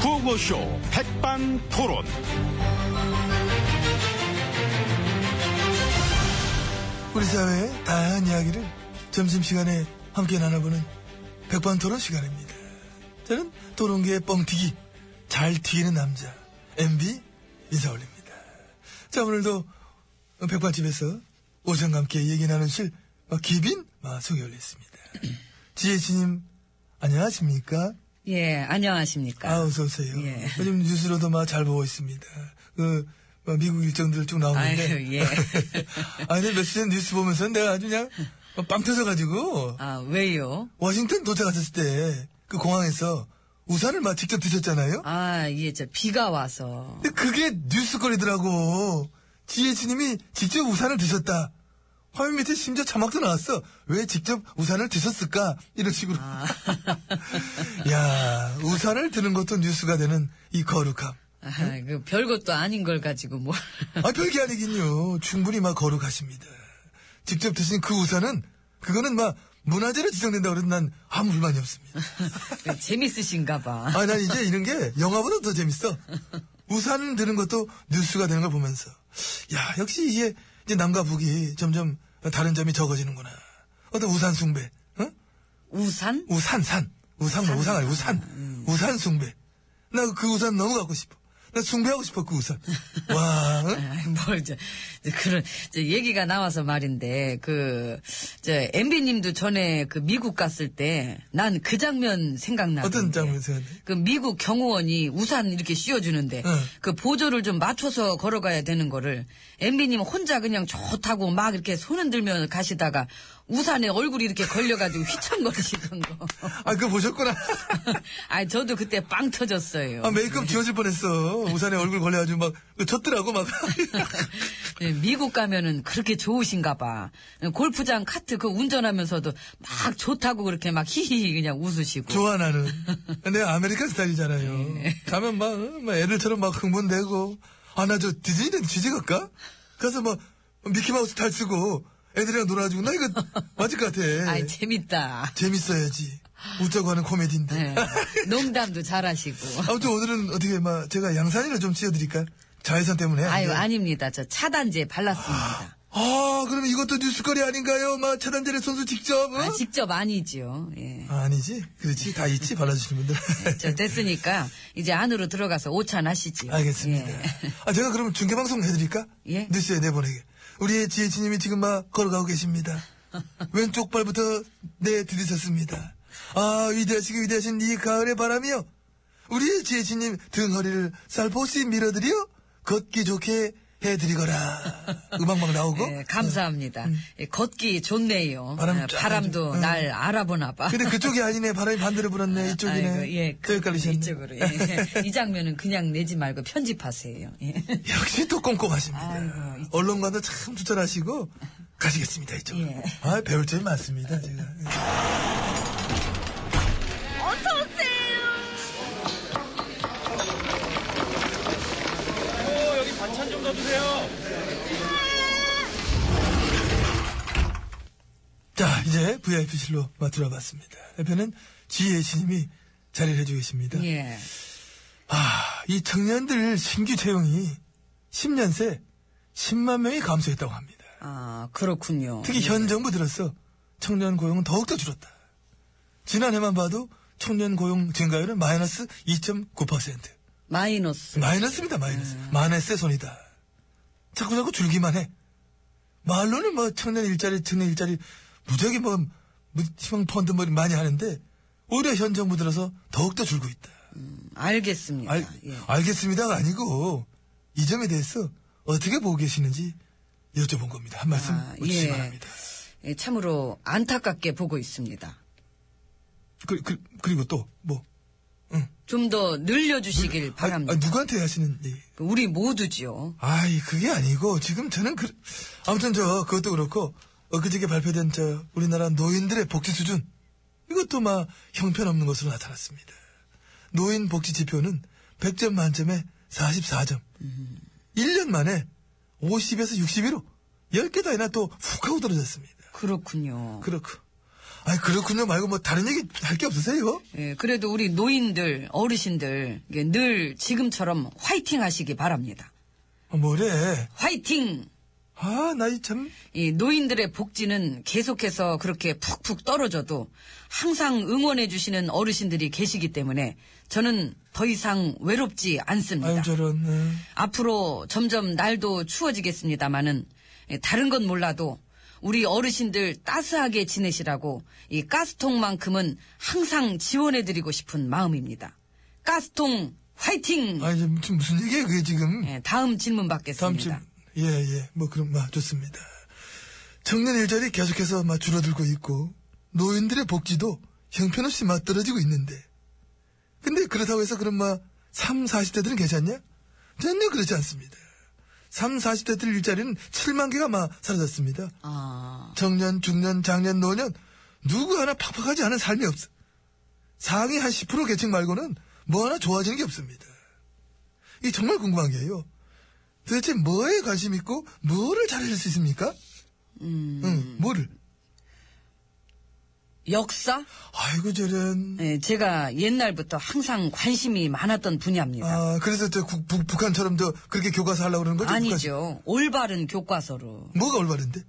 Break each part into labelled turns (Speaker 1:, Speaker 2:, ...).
Speaker 1: 구호쇼 백반토론.
Speaker 2: 우리 사회의 다양한 이야기를 점심시간에 함께 나눠보는 백반토론 시간입니다. 저는 토론계의 뻥튀기, 잘 튀기는 남자, MB 인사올립니다. 자, 오늘도 백반집에서 오전과 함께 얘기 나누실 어, 기빈 마, 소개 올렸습니다. 지혜씨님, 안녕하십니까?
Speaker 3: 예, 안녕하십니까.
Speaker 2: 아, 어서오세요.
Speaker 3: 예.
Speaker 2: 요즘 뉴스로도 막 잘 보고 있습니다. 그, 막 미국 일정들 쭉 나오는데.
Speaker 3: 아유, 예.
Speaker 2: 아, 근데 며칠 전 뉴스 보면서 내가 아주 그냥 막빵 터져가지고,
Speaker 3: 아, 왜요?
Speaker 2: 워싱턴 도착하셨을 때, 그 공항에서 우산을 막 직접 드셨잖아요?
Speaker 3: 아, 이게 저 비가 와서.
Speaker 2: 근데 그게 뉴스거리더라고. 지혜진님이 직접 우산을 드셨다. 화면 밑에 심지어 자막도 나왔어. 왜 직접 우산을 드셨을까? 이런 식으로.
Speaker 3: 아.
Speaker 2: 야 우산을 드는 것도 뉴스가 되는 이 거룩함.
Speaker 3: 아, 그 별것도 아닌 걸 가지고 뭐.
Speaker 2: 아, 별게 아니긴요. 충분히 막 거룩하십니다. 직접 드신 그 우산은, 그거는 막 문화재로 지정된다 그래도 난 아무 불만이 없습니다.
Speaker 3: 재밌으신가 봐.
Speaker 2: 아, 난 이제 이런 게 영화보다 더 재밌어. 우산을 드는 것도 뉴스가 되는 걸 보면서. 야, 역시 이게 이제 남과 북이 점점 다른 점이 적어지는구나. 어떤 우산 숭배, 응?
Speaker 3: 우산?
Speaker 2: 우산, 산. 우산, 뭐 우산 아니, 우산. 우산 숭배. 나 그 우산 너무 갖고 싶어. 나 숭배하고 싶어, 그 우산. 와, 어? 응?
Speaker 3: 아, 뭘, 저, 저 그런, 저 얘기가 나와서 말인데, 그, 저, MB님도 전에 그 미국 갔을 때, 난 그 장면 생각나.
Speaker 2: 어떤 장면 생각나요?
Speaker 3: 그 미국 경호원이 우산 이렇게 씌워주는데,
Speaker 2: 응.
Speaker 3: 그 보조를 좀 맞춰서 걸어가야 되는 거를, MB님 혼자 그냥 좋다고 막 이렇게 손 흔들며 가시다가, 우산에 얼굴이 이렇게 걸려가지고 휘청거리시던 거.
Speaker 2: 아, 그거 보셨구나.
Speaker 3: 아, 저도 그때 빵 터졌어요.
Speaker 2: 아, 메이크업 지워질 뻔했어. 우산에 얼굴 걸려가지고 막, 젖더라고, 막.
Speaker 3: 예, 미국 가면은 그렇게 좋으신가 봐. 예, 골프장 카트 그 운전하면서도 막 좋다고 그렇게 막 히히히 그냥 웃으시고.
Speaker 2: 좋아, 나는. 근데 아메리칸
Speaker 3: 네.
Speaker 2: 스타일이잖아요. 가면 막, 어, 막 애들처럼 막 흥분되고. 아, 나 저 디즈니랜드 취재 갈까? 가서 막, 미키마우스 탈 쓰고, 애들이랑 놀아주고. 나 이거 맞을 것 같아.
Speaker 3: 아이, 재밌다.
Speaker 2: 재밌어야지. 웃자고 하는 코미디인데.
Speaker 3: 예, 농담도 잘하시고.
Speaker 2: 아무튼 오늘은 어떻게, 막, 제가 양산이를 좀 씌워드릴까? 자외선 때문에. 네.
Speaker 3: 아유, 아닙니다. 저 차단제 발랐습니다.
Speaker 2: 아, 그러면 이것도 뉴스거리 아닌가요? 막, 차단제를 선수 직접, 어?
Speaker 3: 아, 직접 아니지요. 예.
Speaker 2: 아, 아니지. 그렇지. 다 있지. 발라주시는 분들.
Speaker 3: 저 됐으니까 이제 안으로 들어가서 오찬 하시지.
Speaker 2: 알겠습니다. 아, 제가 그럼 중계방송 해드릴까?
Speaker 3: 예.
Speaker 2: 뉴스에 내보내게. 우리 지혜진님이 지금 막 걸어가고 계십니다. 왼쪽 발부터 내 들이셨습니다. 아, 위대하시고 위대하신 이 가을의 바람이요. 우리 지혜진님 등허리를 살포시 밀어드려 걷기 좋게 해드리거라. 음악 막 나오고.
Speaker 3: 예, 감사합니다. 예, 걷기 좋네요.
Speaker 2: 어? 음. 바람
Speaker 3: 예,
Speaker 2: 쫙
Speaker 3: 바람도
Speaker 2: 좀,
Speaker 3: 날 알아보나 봐.
Speaker 2: 근데 그쪽이 아니네. 바람이 반대로 불었네. 이쪽이네.
Speaker 3: 아이고, 예,
Speaker 2: 또 헷갈리셨네.
Speaker 3: 이쪽으로. 예. 이 장면은 그냥 내지 말고 편집하세요. 예.
Speaker 2: 역시 또 꼼꼼하십니다.
Speaker 3: 아이고, 이-
Speaker 2: 언론관도 참 추천하시고 가시겠습니다 이쪽. 으로
Speaker 3: 예.
Speaker 2: 아 배울 점이 많습니다 제가. 예.
Speaker 1: 여기 반찬 좀 넣어주세요.
Speaker 2: 자 이제 VIP실로 들어봤습니다. 옆에는 지혜씨님이 자리를 해주고 계십니다.
Speaker 3: 예.
Speaker 2: 아이 청년들 신규 채용이 10년 새 10만 명이 감소했다고 합니다.
Speaker 3: 아, 그렇군요.
Speaker 2: 특히
Speaker 3: 예.
Speaker 2: 현 정부 들어서 청년 고용은 더욱더 줄었다. 지난해만 봐도 청년 고용 증가율은 마이너스 2.9%.
Speaker 3: 마이너스.
Speaker 2: 마이너스입니다, 마이너스. 마이너스의 손이다. 자꾸 자꾸 줄기만 해. 말로는 뭐 청년 일자리, 청년 일자리, 무지하게 뭐, 뭐 희망 펀드 뭐 많이 하는데, 오히려 현 정부 들어서 더욱더 줄고 있다.
Speaker 3: 알겠습니다.
Speaker 2: 알,
Speaker 3: 예.
Speaker 2: 알겠습니다가 아니고, 이 점에 대해서 어떻게 보고 계시는지 여쭤본 겁니다. 한 말씀
Speaker 3: 아,
Speaker 2: 해주시기
Speaker 3: 예.
Speaker 2: 바랍니다.
Speaker 3: 예, 참으로 안타깝게 보고 있습니다.
Speaker 2: 그, 그, 그리고 또, 뭐,
Speaker 3: 좀 더 늘려주시길
Speaker 2: 아, 아,
Speaker 3: 바랍니다.
Speaker 2: 누구한테 하시는 얘기?
Speaker 3: 우리 모두지요.
Speaker 2: 아이, 그게 아니고, 지금 저는 그, 아무튼 저, 그것도 그렇고, 엊그저께 발표된 저, 우리나라 노인들의 복지 수준, 이것도 막 형편없는 것으로 나타났습니다. 노인 복지 지표는 100점 만점에 44점. 1년 만에 50에서 61로 10개 단위나 또 훅 하고 떨어졌습니다.
Speaker 3: 그렇군요.
Speaker 2: 그렇고. 아니, 그렇군요 말고 뭐 다른 얘기 할 게 없으세요?
Speaker 3: 예, 그래도 우리 노인들, 어르신들, 이게 늘 지금처럼 화이팅 하시기 바랍니다.
Speaker 2: 아, 뭐래.
Speaker 3: 화이팅!
Speaker 2: 아, 나 이 참.
Speaker 3: 이 노인들의 복지는 계속해서 그렇게 푹푹 떨어져도 항상 응원해주시는 어르신들이 계시기 때문에 저는 더 이상 외롭지 않습니다.
Speaker 2: 아유, 저런. 네.
Speaker 3: 앞으로 점점 날도 추워지겠습니다마는 예, 다른 건 몰라도 우리 어르신들 따스하게 지내시라고 이 가스통만큼은 항상 지원해드리고 싶은 마음입니다. 가스통 화이팅!
Speaker 2: 아, 이제 무슨, 무슨 얘기예요, 그게 지금.
Speaker 3: 예, 다음 질문
Speaker 2: 다음 주.
Speaker 3: 받겠습니다.
Speaker 2: 예, 예. 뭐, 그럼, 마, 좋습니다. 청년 일자리 계속해서 막 줄어들고 있고, 노인들의 복지도 형편없이 막 떨어지고 있는데. 근데 그렇다고 해서 그럼 막, 3, 40대들은 괜찮냐? 전혀 그렇지 않습니다. 3, 40대들 일자리는 7만 개가 막 사라졌습니다.
Speaker 3: 아,
Speaker 2: 청년, 중년, 장년, 노년 누구 하나 팍팍하지 않은 삶이 없어. 상위 한 10% 계층 말고는 뭐 하나 좋아지는 게 없습니다. 이 정말 궁금한 게요. 도대체 뭐에 관심 있고 뭐를 잘해줄 수 있습니까?
Speaker 3: 음.
Speaker 2: 응, 뭐를?
Speaker 3: 역사?
Speaker 2: 아이고 저런.
Speaker 3: 예, 제가 옛날부터 항상 관심이 많았던 분야입니다.
Speaker 2: 아 그래서 저 국- 북, 북한처럼 저 그렇게 교과서 하려고 그러는 거죠? 북한식.
Speaker 3: 아니죠. 올바른 교과서로.
Speaker 2: 뭐가 올바른데?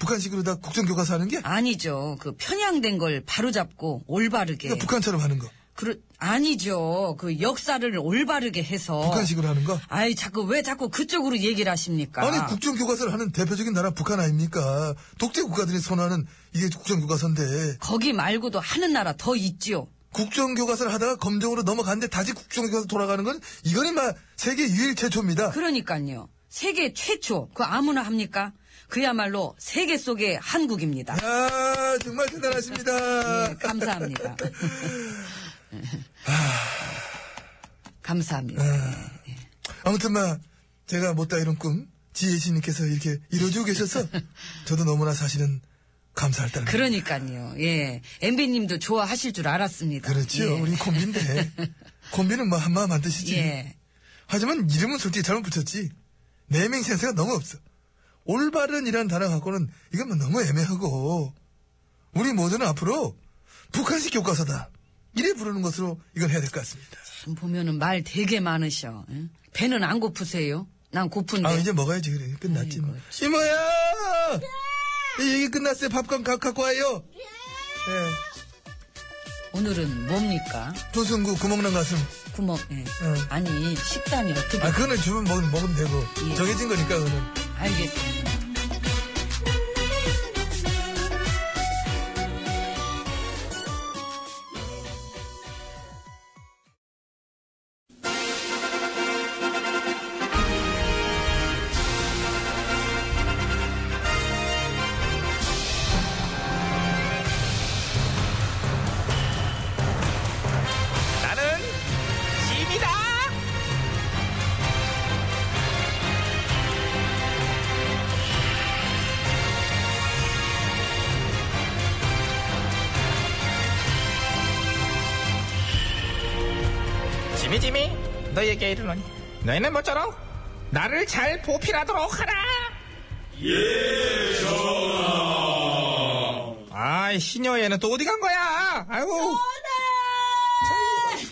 Speaker 2: 북한식으로 다 국정교과서 하는 게?
Speaker 3: 아니죠. 그 편향된 걸 바로잡고 올바르게.
Speaker 2: 그러니까 북한처럼 하는 거.
Speaker 3: 그러, 아니죠. 그 역사를 올바르게 해서.
Speaker 2: 북한식으로 하는 거.
Speaker 3: 아이, 자꾸, 왜 자꾸 그쪽으로 얘기를 하십니까?
Speaker 2: 아니 국정교과서를 하는 대표적인 나라 북한 아닙니까? 독재 국가들이 선호하는 이게 국정교과서인데
Speaker 3: 거기 말고도 하는 나라 더 있지요.
Speaker 2: 국정교과서를 하다가 검정으로 넘어갔는데 다시 국정교과서 돌아가는 건 이거는 막 세계 유일 최초입니다.
Speaker 3: 그러니까요. 세계 최초, 그 아무나 합니까? 그야말로 세계 속의 한국입니다.
Speaker 2: 아 정말 대단하십니다.
Speaker 3: 예, 감사합니다. 감사합니다.
Speaker 2: 예. 아무튼 막 제가 못다 이런 꿈 지혜씨님께서 이렇게 이뤄주고 계셔서 저도 너무나 사실은 감사할 따름.
Speaker 3: 그러니까요. 예. MB님도 좋아하실 줄 알았습니다.
Speaker 2: 그렇지요.
Speaker 3: 예.
Speaker 2: 우린 콤비인데 콤비는 뭐 한마음 안 드시지.
Speaker 3: 예.
Speaker 2: 하지만 이름은 솔직히 잘못 붙였지. 네이밍 센스가 너무 없어. 올바른이라는 단어 갖고는 이건 뭐 너무 애매하고 우리 모두는 앞으로 북한식 교과서다. 이래 부르는 것으로 이건 해야 될 것 같습니다.
Speaker 3: 참 보면은 말 되게 많으셔. 응? 배는 안 고프세요? 난 고픈데.
Speaker 2: 아 이제 먹어야지 그래 끝났지 뭐.
Speaker 3: 네. 아이고, 참.
Speaker 2: 이모야 이 얘기 끝났어요. 밥값 가- 갖고 와요. 예,
Speaker 3: 오늘은 뭡니까?
Speaker 2: 조승구 구멍난 가슴.
Speaker 3: 구멍. 예.
Speaker 2: 응.
Speaker 3: 아니 식단이 어떻게?
Speaker 2: 아 그거는 주면 먹, 먹으면 되고
Speaker 3: 예.
Speaker 2: 정해진 거니까 그거는.
Speaker 3: 알겠습니다.
Speaker 1: 나는 짐이다. 짐이 짐이 너에게 이르노니 너희는 모쪼록 나를 잘 보필하도록 하라. 예 전하. 아이 시녀애는 또 어디 간 거야? 아이고.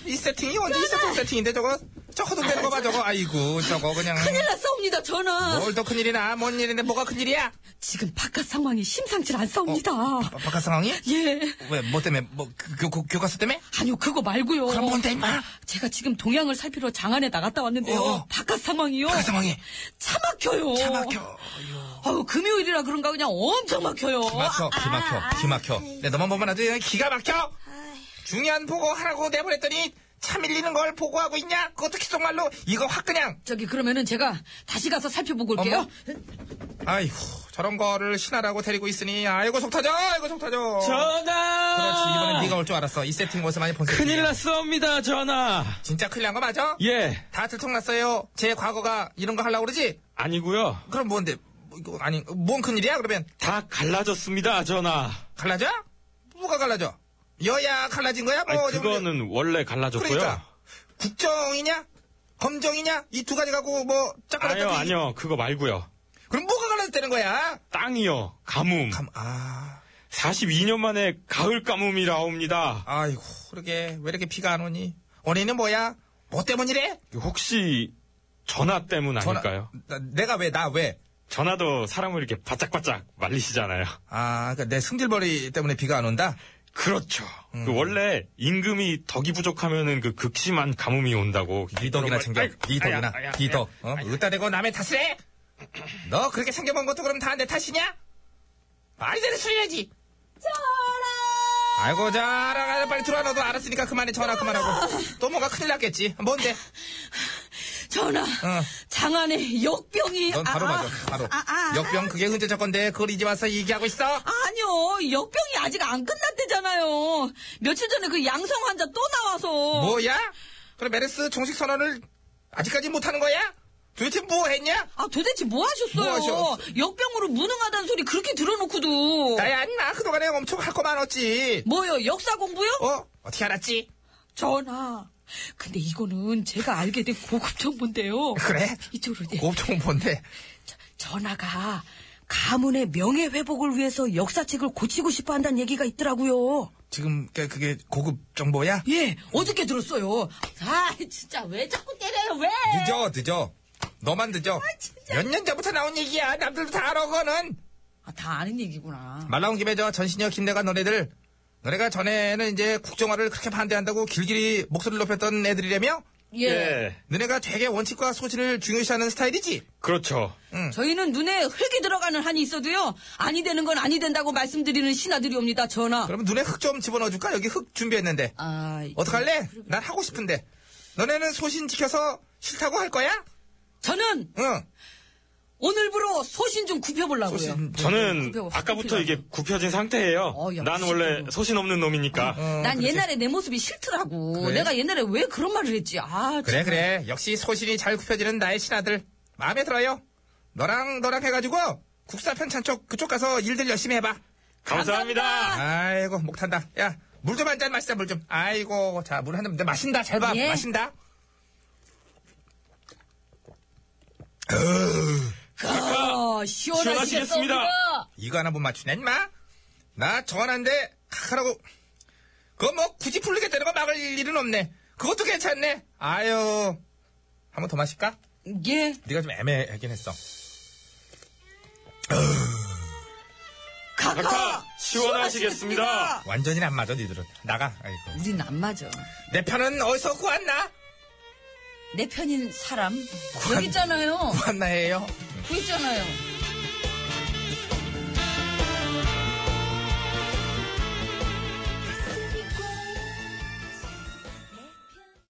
Speaker 1: 이 세팅이 언제 이 세팅 세팅인데 저거 저 허둥대는 거 봐 저거 아이고 저거 그냥
Speaker 3: 큰일 났습니다 전화.
Speaker 1: 뭘 더 큰일이나 뭔 일인데 뭐가 큰일이야
Speaker 3: 지금 바깥 상황이 심상치 않습니다.
Speaker 1: 바- 바깥 상황이
Speaker 3: 예.
Speaker 1: 왜 뭐 때문에 뭐 그- 교, 교, 교과서 때문에
Speaker 3: 아니요 그거 말고요.
Speaker 1: 그럼 뭔데 임마
Speaker 3: 제가 지금 동양을 살피러 장안에 나갔다 왔는데요.
Speaker 1: 어.
Speaker 3: 바깥 상황이요.
Speaker 1: 바깥 상황이
Speaker 3: 차 막혀요.
Speaker 1: 차 막혀 아유,
Speaker 3: 아유 금요일이라 그런가 그냥 엄청 막혀요. 아,
Speaker 1: 기 막혀 기 막혀 기 막혀 내 너만 보면 아, 아주 그냥 기가 막혀 중요한 보고 하라고 내보냈더니 차 밀리는 걸 보고하고 있냐 그것도 기속말로 이거 확 그냥
Speaker 3: 저기 그러면은 제가 다시 가서 살펴보고 올게요.
Speaker 1: 어머. 아이고 저런 거를 신하라고 데리고 있으니 아이고 속 터져 아이고 속 터져
Speaker 4: 전하!
Speaker 1: 그렇지 이번엔 네가 올 줄 알았어 이 세팅 모습 많이 본 세팅이야.
Speaker 4: 큰일 났습니다, 전하!
Speaker 1: 진짜 큰일 난 거 맞아?
Speaker 4: 예,
Speaker 1: 다 들통났어요. 제 과거가 이런 거 하려고 그러지?
Speaker 4: 아니고요
Speaker 1: 그럼 뭔데? 뭐 이거 아니, 뭔 큰일이야, 그러면?
Speaker 4: 다 갈라졌습니다,
Speaker 1: 어,
Speaker 4: 전하.
Speaker 1: 갈라져? 뭐가 갈라져? 여야 갈라진 거야?
Speaker 4: 아니,
Speaker 1: 뭐, 어디
Speaker 4: 그거는 원래 갈라졌고요.
Speaker 1: 그러니까. 국정이냐? 검정이냐? 이 두 가지 갖고 뭐, 짝갈랐다.
Speaker 4: 아니요, 아니요, 그거 말고요.
Speaker 1: 그럼 뭐가 갈라졌다는 거야?
Speaker 4: 땅이요, 가뭄,
Speaker 1: 감, 아.
Speaker 4: 42년 만에 가을 가뭄이라옵니다.
Speaker 2: 아이고, 그러게. 왜 이렇게 비가 안 오니? 올해는 뭐야? 뭐 때문이래?
Speaker 4: 혹시 전화 때문
Speaker 2: 전화-
Speaker 4: 아닐까요?
Speaker 2: 나- 내가 왜, 나 왜?
Speaker 4: 전화... 도 사람을 이렇게 바짝바짝 말리시잖아요.
Speaker 2: 아, 그러니까 내 승질머리 때문에 비가 안 온다?
Speaker 4: 그렇죠.
Speaker 2: 음.
Speaker 4: 그 원래 임금이 덕이 부족하면은 그 극심한 가뭄이 온다고.
Speaker 2: 네 덕이나 챙겨.
Speaker 4: 아이고,
Speaker 2: 네 덕이나.
Speaker 4: 아야, 아야,
Speaker 2: 네 덕.
Speaker 4: 아야.
Speaker 2: 어? 으따 대고 남의 탓을 해? 너 그렇게 생겨본 것도 그럼 다 내 탓이냐? 말이 되는 소리 해야지. 아이고, 자라. 빨리 들어와. 너도 알았으니까 그만해. 전화 그만하고. 또 뭔가 큰일 났겠지. 뭔데?
Speaker 3: 전하, 장안에 역병이.
Speaker 2: 어. 넌 바로
Speaker 3: 아,
Speaker 2: 맞아. 바로.
Speaker 3: 아, 아, 아.
Speaker 2: 역병 그게 흔적적 건데 그걸 이제 와서 얘기하고 있어?
Speaker 3: 아니요, 역병이 아직 안 끝났대잖아요. 며칠 전에 그 양성 환자 또 나와서.
Speaker 2: 뭐야? 그럼 메르스 종식 선언을 아직까지 못하는 거야? 도대체 뭐 했냐?
Speaker 3: 아, 도대체 뭐 하셨어요?
Speaker 2: 뭐 하셨어?
Speaker 3: 역병으로 무능하다는 소리 그렇게 들어놓고도.
Speaker 2: 나야 아니나 그동안에 엄청 할 거 많았지.
Speaker 3: 뭐요, 역사 공부요?
Speaker 2: 어? 어떻게 알았지?
Speaker 3: 전하. 근데 이거는 제가 알게 된 고급 정보인데요.
Speaker 2: 그래?
Speaker 3: 이쪽으로 이제
Speaker 2: 곱종 뭔데?
Speaker 3: 전하가 가문의 명예 회복을 위해서 역사책을 고치고 싶어 한다는 얘기가 있더라고요.
Speaker 2: 지금 그- 그게 고급 정보야?
Speaker 3: 예, 어저께 들었어요. 아, 진짜 왜 자꾸 때려요? 왜?
Speaker 2: 늦어 늦어. 너만 늦어. 몇 년 전부터 나온 얘기야. 남들도 다 알아 그거는.
Speaker 3: 아, 다 아는 얘기구나.
Speaker 2: 말 나온 김에 저 전신여 김내가 너네들 너네가 전에는 이제 국정화를 그렇게 반대한다고 길길이 목소리를 높였던 애들이라며?
Speaker 3: 예.
Speaker 4: 예.
Speaker 2: 너네가 되게 원칙과 소신을 중요시하는 스타일이지?
Speaker 4: 그렇죠.
Speaker 3: 음, 저희는 눈에 흙이 들어가는 한이 있어도요. 아니 되는 건 아니 된다고 말씀드리는 신하들이 옵니다. 전하.
Speaker 2: 그러면 눈에 흙 좀 집어넣어줄까? 여기 흙 준비했는데.
Speaker 3: 아,
Speaker 2: 어떡할래? 난 하고 싶은데. 너네는 소신 지켜서 싫다고 할 거야?
Speaker 3: 저는
Speaker 2: 응.
Speaker 3: 오늘부로 소신 좀 굽혀보려고요.
Speaker 2: 소신.
Speaker 4: 저는
Speaker 3: 음, 굽혀-
Speaker 4: 아까부터
Speaker 3: 굽히라고.
Speaker 4: 이게 굽혀진 상태예요.
Speaker 3: 어, 음. 야,
Speaker 4: 난 원래
Speaker 3: 미치겠네.
Speaker 4: 소신 없는 놈이니까.
Speaker 3: 난 옛날에 내 모습이 싫더라고.
Speaker 2: 어, 그래?
Speaker 3: 내가 옛날에 왜 그런 말을 했지? 아,
Speaker 2: 그래,
Speaker 3: 진짜.
Speaker 2: 그래. 역시 소신이 잘 굽혀지는 나의 신하들. 마음에 들어요. 너랑 너랑 해가지고 국사 편찬 쪽 그쪽 가서 일들 열심히 해봐.
Speaker 4: 감사합니다.
Speaker 2: 아이고, 목 탄다. 야, 물 좀 한 잔 마시자, 물 좀. 아이고, 자, 물 한 잔 마신다. 잘 봐.
Speaker 3: 예.
Speaker 2: 마신다.
Speaker 3: 어, 시원하시겠습니다.
Speaker 4: 시원하시겠습니다.
Speaker 2: 이거 하나 못 맞추냐, 임마? 나 전화인데, 카카라고. 그거 뭐, 굳이 풀리게 되는 거 막을 일은 없네. 그것도 괜찮네. 아유. 한 번 더 마실까?
Speaker 3: 예.
Speaker 2: 네가 좀 애매하긴 했어.
Speaker 3: 카카!
Speaker 4: 시원하시겠습니다.
Speaker 2: 완전히 안 맞아, 니들은. 나가. 아이고.
Speaker 3: 우린 안 맞아.
Speaker 2: 내 편은 어디서 구한나?
Speaker 3: 내 편인 사람. 여기 있잖아요.
Speaker 2: 구한나예요.
Speaker 3: 그 있잖아요.